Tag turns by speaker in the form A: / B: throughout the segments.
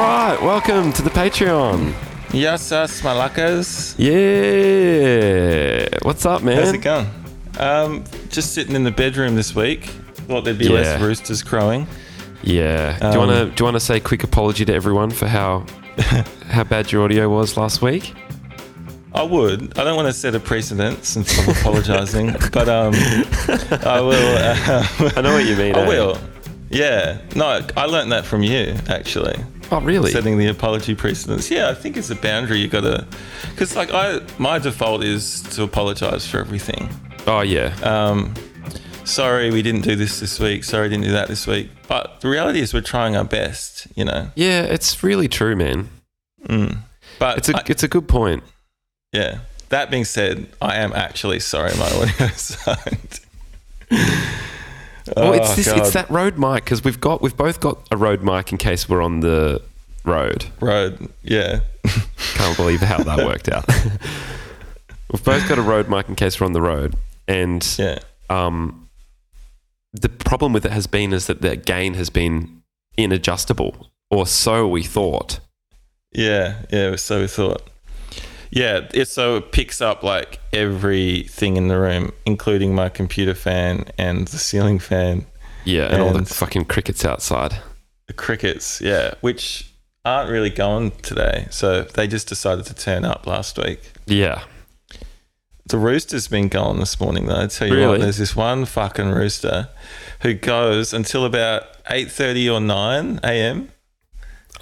A: Welcome to the Patreon.
B: Yes, us, malacos.
A: Yeah. What's up, man?
B: How's it going? Um, just sitting in the bedroom this week. Thought there'd be less
A: Yeah.
B: roosters crowing.
A: Yeah. do you
B: Um,
A: want to do you want to say a quick apology to everyone for how how bad your audio was last week?
B: I would. I don't want to set a precedent since I'm apologising, but um, I will. Uh,
A: I know what you mean.
B: I
A: eh?
B: will. Yeah. No, I learned that from you actually.
A: Oh, really?
B: setting the apology precedence. Yeah, I think it's a boundary you gotta, because like I, my default is to apologize for everything.
A: Oh, yeah.
B: Um, sorry, we didn't do this this week. Sorry, didn't do that this week. But the reality is, we're trying our best, you know.
A: yeah, it's really true, man.
B: Mm. But
A: It's a
B: I-
A: it's a good point.
B: yeah. That being said, I am actually sorry my audio sucked.
A: well, Oh, it's this, it's
B: Oh, God.
A: that road mic because we've got we've both got a road mic in case we're on the road.
B: road. Yeah.
A: Can't believe how that worked out. We've both got a road mic in case we're on the road, and
B: Yeah.
A: um, the problem with it has been is that the gain has been inadjustable, or so we thought.
B: Yeah, yeah, so we thought. Yeah, it, so it picks up like everything in the room, including my computer fan and the ceiling fan,
A: Yeah, and, all the
B: And-
A: fucking crickets outside.
B: the crickets, yeah, which aren't really going today. So they just decided to turn up last week.
A: Yeah,
B: The rooster's been going this morning though. I tell you
A: Really?
B: what, there's this one fucking rooster who goes until about eight thirty or nine AM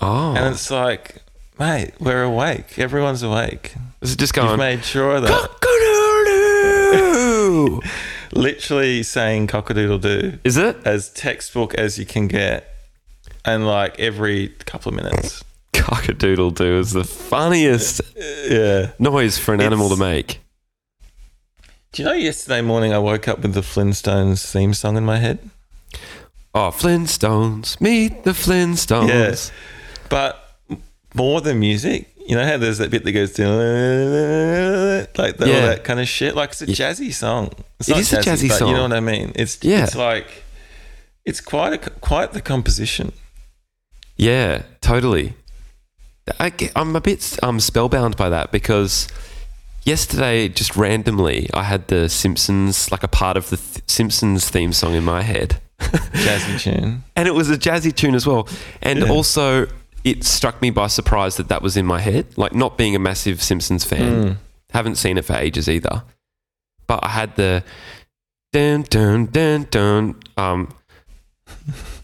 A: Oh,
B: and it's like, mate, we're awake. Everyone's awake.
A: is it just
B: You've
A: going?
B: made sure of that.
A: "Cock-a-doodle-doo!"
B: literally saying cockadoodle doo
A: is it?
B: as textbook as you can get and like every couple of minutes
A: Cockadoodle doo is the funniest
B: yeah
A: noise for an animal to
B: It's-
A: make.
B: do you know yesterday morning i woke up with the flintstones theme song in my head
A: Oh, Flintstones, meet the Flintstones.
B: Yes. but m- more than music you know how there's that bit that goes like the, all
A: Yeah.
B: that kind of shit like it's a
A: Yeah.
B: jazzy song it's
A: It
B: not
A: is a jazzy
B: but you know
A: song.
B: what i mean it's
A: Yeah.
B: it's like it's quite a co- quite the composition
A: Yeah, totally. I, am a bit um, spellbound by that because yesterday, just randomly, I had the Simpsons, like a part of the th- Simpsons theme song in my head.
B: jazzy tune
A: and it was a jazzy tune as well. And
B: Yeah.
A: also, it struck me by surprise that that was in my head. Like, not being a massive Simpsons fan,
B: Mm.
A: haven't seen it for ages either. But I had the dun dun dun dun um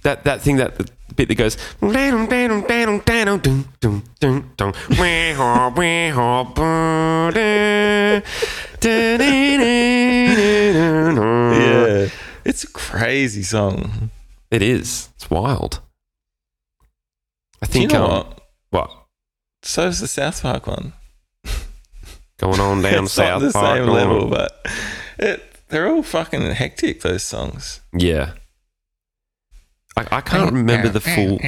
A: that that thing that the bit that goes "Dun, dun, dun, dun, dun, dun, dun, dun, wee haw, wee haw, boo, dun, dun, dun, dun, dun, dun."
B: yeah it's a crazy song
A: It is. It's wild. I
B: Do you
A: think
B: know
A: um,
B: what?
A: what?
B: So's the South Park one.
A: going on down
B: it's
A: south
B: not the
A: Park,
B: same
A: going on-
B: level, but it, they're all fucking hectic. Those songs.
A: Yeah. I, I can't remember the full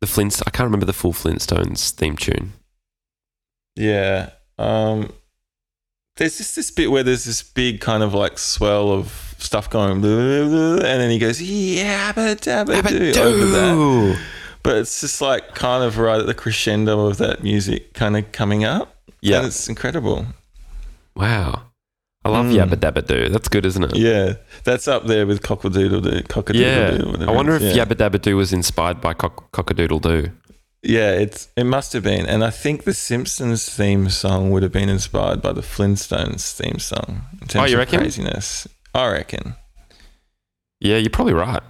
A: the Flint. I can't remember the full Flintstones theme tune.
B: Yeah. Um. There's just this bit where there's this big kind of like swell of stuff going, blah, blah, blah, and then he goes, "Yeah, but dabba do," over that.
A: Abadoo.
B: But it's just like kind of right at the crescendo of that music kind of coming up.
A: Yeah.
B: and it's incredible.
A: Wow. I love
B: Mm.
A: Yabba Dabba Doo. That's good, isn't it?
B: Yeah, that's up there with cockle-doodle do,
A: Yeah.
B: cock-a-doodle-doo, whatever
A: I
B: it
A: wonder if
B: is. Yeah.
A: Yabba Dabba Doo was inspired by Cock- Cockadoodle Doo.
B: Yeah, it's it must have been, and I think the Simpsons theme song would have been inspired by the Flintstones theme song. In terms
A: Oh, you
B: of
A: reckon?
B: Craziness, I reckon.
A: Yeah, you're probably right.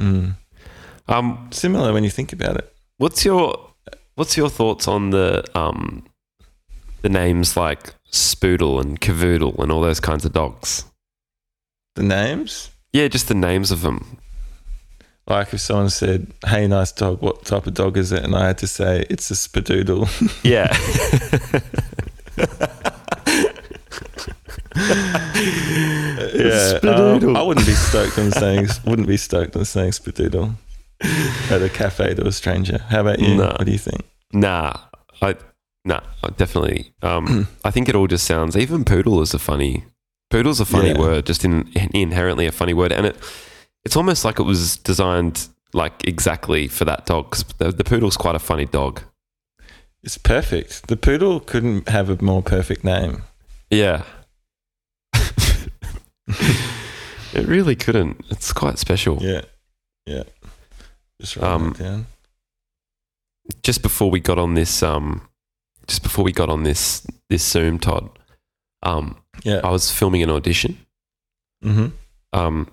B: Mm.
A: Um,
B: Similar when you think about it.
A: what's your What's your thoughts on the um, the names like Spoodle and Cavoodle and all those kinds of dogs?
B: The names,
A: Yeah, just the names of them.
B: like if someone said, "Hey, nice dog. What type of dog is it?" and I had to say, "It's a spadoodle."
A: Yeah.
B: yeah, um, I wouldn't be stoked on saying wouldn't be stoked on saying spadoodle at a cafe to a stranger. How about you?
A: No.
B: What do you think?
A: Nah, I nah, I definitely. Um, I think it all just sounds. Even poodle is a funny. Poodle's a funny
B: Yeah.
A: word, just in, inherently a funny word, and it it's almost like it was designed like exactly for that dog. 'cause the, the poodle's quite a funny dog.
B: It's perfect. The poodle couldn't have a more perfect name.
A: Yeah. it really couldn't. It's quite special.
B: Yeah. Yeah. Just write
A: Um,
B: it down.
A: Just before we got on this, um, just before we got on this this Zoom, Todd, um,
B: Yeah.
A: I was filming an audition.
B: Mm-hmm.
A: um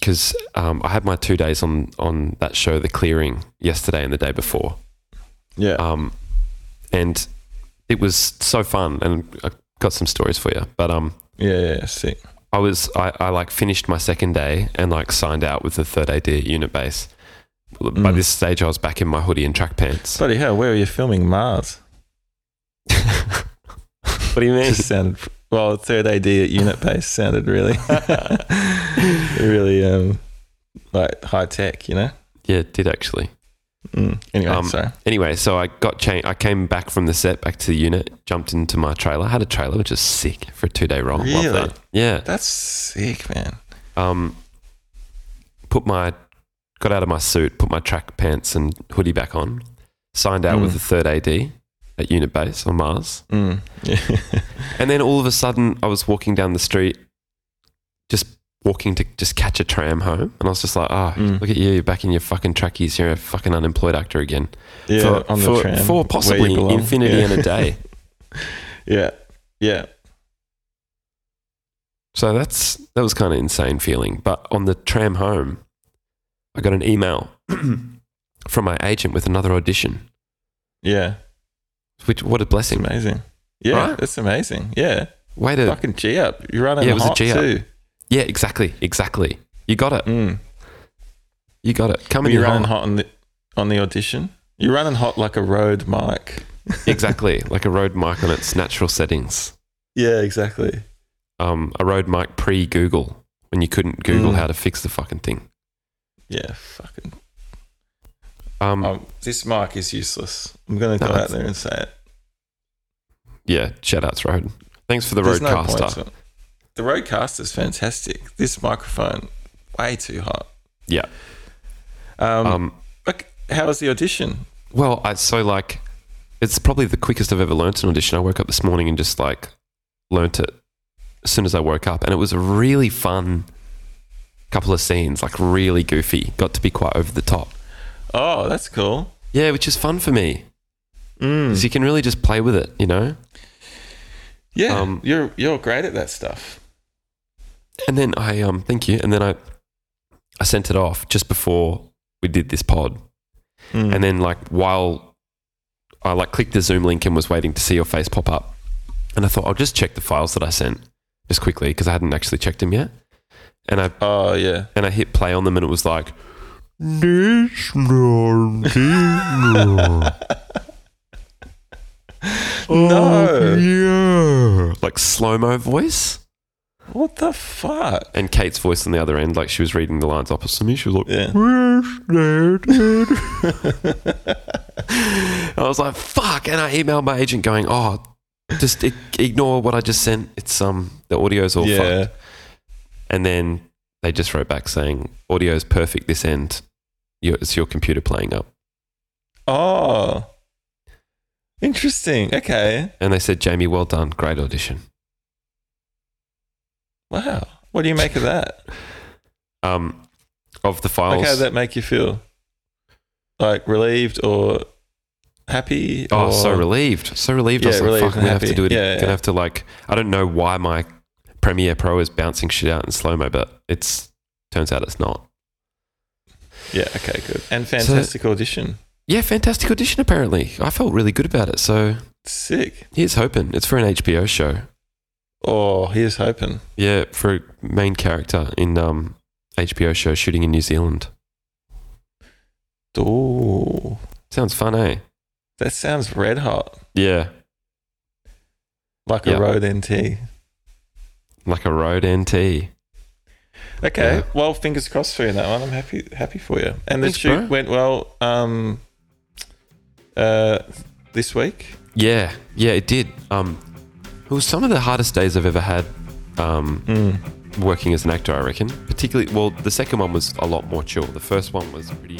A: because um, I had my two days on on that show, The Clearing, yesterday and the day before,
B: Yeah.
A: um, and it was so fun. And I got some stories for you, but um,
B: yeah. Yeah. Sick.
A: I was I, I like finished my second day and like signed out with the third AD at unit base. By
B: Mm.
A: this stage, I was back in my hoodie and track pants.
B: Bloody hell, where are you filming Mars?
A: what do you mean?
B: Just sounded well. Third AD at unit base sounded really, really um, like high tech. You know.
A: yeah, it did actually.
B: Mm. Anyway,
A: Um,
B: sorry.
A: Anyway, so I got changed. I came back from the set, back to the unit, jumped into my trailer. had a trailer, which is sick for a two day roll.
B: Really?
A: Love that. Yeah.
B: That's sick, man.
A: Um, put my got out of my suit, put my track pants and hoodie back on. Signed out with
B: Mm.
A: the third AD at unit base on Mars,
B: Mm. Yeah.
A: and then all of a sudden, I was walking down the street, just walking to just catch a tram home, and I was just like, "Ah,
B: Mm.
A: look at you! You're back in your fucking trackies. You're a fucking unemployed actor again."
B: yeah
A: for,
B: on the
A: for,
B: tram, where
A: for
B: you
A: possibly
B: belong.
A: infinity
B: yeah.
A: and a day.
B: yeah. Yeah.
A: So that's that was kind of insane feeling. But on the tram home, I got an email from my agent with another audition.
B: Yeah.
A: Which what a
B: It's
A: blessing!
B: amazing. Yeah,
A: Right?
B: that's amazing. Yeah.
A: Way to
B: Fucking G up. You're running
A: Yeah, it was a
B: hot
A: G up.
B: too.
A: yeah, exactly, exactly. You got it.
B: Mm.
A: You got it. Come
B: Were
A: in
B: you
A: your
B: running
A: hot.
B: hot on the on the audition? You're running hot like a road mic.
A: exactly like a road mic on its natural settings.
B: Yeah, exactly.
A: Um, a road mic pre Google when you couldn't Google
B: Mm.
A: how to fix the fucking thing.
B: Yeah, fucking.
A: Um,
B: Um, this mic is useless. I'm going to
A: No,
B: go out
A: it's-
B: there and say it.
A: yeah, shout outs road. Thanks for the
B: There's no point
A: roadcaster.
B: to it. The roadcaster's fantastic. This microphone, way too hot.
A: Yeah.
B: Um,
A: um,
B: look, how was the audition?
A: Well, I so like it's probably the quickest I've ever learnt an audition. I woke up this morning and just like learnt it as soon as I woke up, and it was a really fun couple of scenes, like really goofy. Got to be quite over the top.
B: Oh, that's cool.
A: Yeah, which is fun for me
B: Mm.
A: because you can really just play with it, you know.
B: Yeah,
A: um,
B: you're you're great at that stuff.
A: And then I um thank you, and then I I sent it off just before we did this pod,
B: Mm.
A: and then like while I like clicked the Zoom link and was waiting to see your face pop up, and I thought I'll just check the files that I sent just quickly because I hadn't actually checked them yet, and I
B: oh yeah.
A: and I hit play on them and it was like national dinner. Oh, yeah. Like slow mo voice,
B: What the fuck?
A: and Kate's voice on the other end, like she was reading the lines opposite me. She was like,
B: Yeah.
A: "National dinner." I was like, "Fuck!" And I emailed my agent, going, "Oh, just ig- ignore what I just sent. It's um, the audio's all fucked."
B: yeah.
A: And then they just wrote back saying, audio is perfect this end. Your, it's your computer playing up.
B: Oh. Interesting. Okay.
A: And they said, Jamie, well done. Great audition.
B: Wow. What do you make of that?
A: Um, of the
B: Like,
A: files.
B: how did that make you feel? Like relieved or happy?
A: oh,
B: or-
A: so relieved. So relieved. I
B: Yeah,
A: was like,
B: relieved
A: fuck, I'm going
B: and
A: to have to
B: happy.
A: do it.
B: Yeah,
A: Yeah,
B: yeah.
A: Gonna have to like, I don't know why my Premiere Pro is bouncing shit out in slow-mo, but it's, turns out it's not.
B: Yeah. Okay. Good. And fantastic audition.
A: Yeah, fantastic audition apparently. I felt really good about it. So
B: Sick.
A: here's hoping. It's for an HBO show.
B: Oh, here's hoping.
A: Yeah, for a main character in um, HBO show shooting in New Zealand.
B: Oh,
A: Sounds fun, eh?
B: that sounds red hot.
A: Yeah.
B: Like
A: Yeah.
B: a road NT.
A: Like a road NT.
B: Okay.
A: Yeah.
B: Well, fingers crossed for you in that one. I'm happy happy for you. And the
A: Thanks,
B: shoot
A: bro.
B: went well um uh this week.
A: Yeah, yeah, it did. Um, it was some of the hardest days I've ever had um, working as an actor, I reckon. Particularly, well, the second one was a lot more chill. The first one was pretty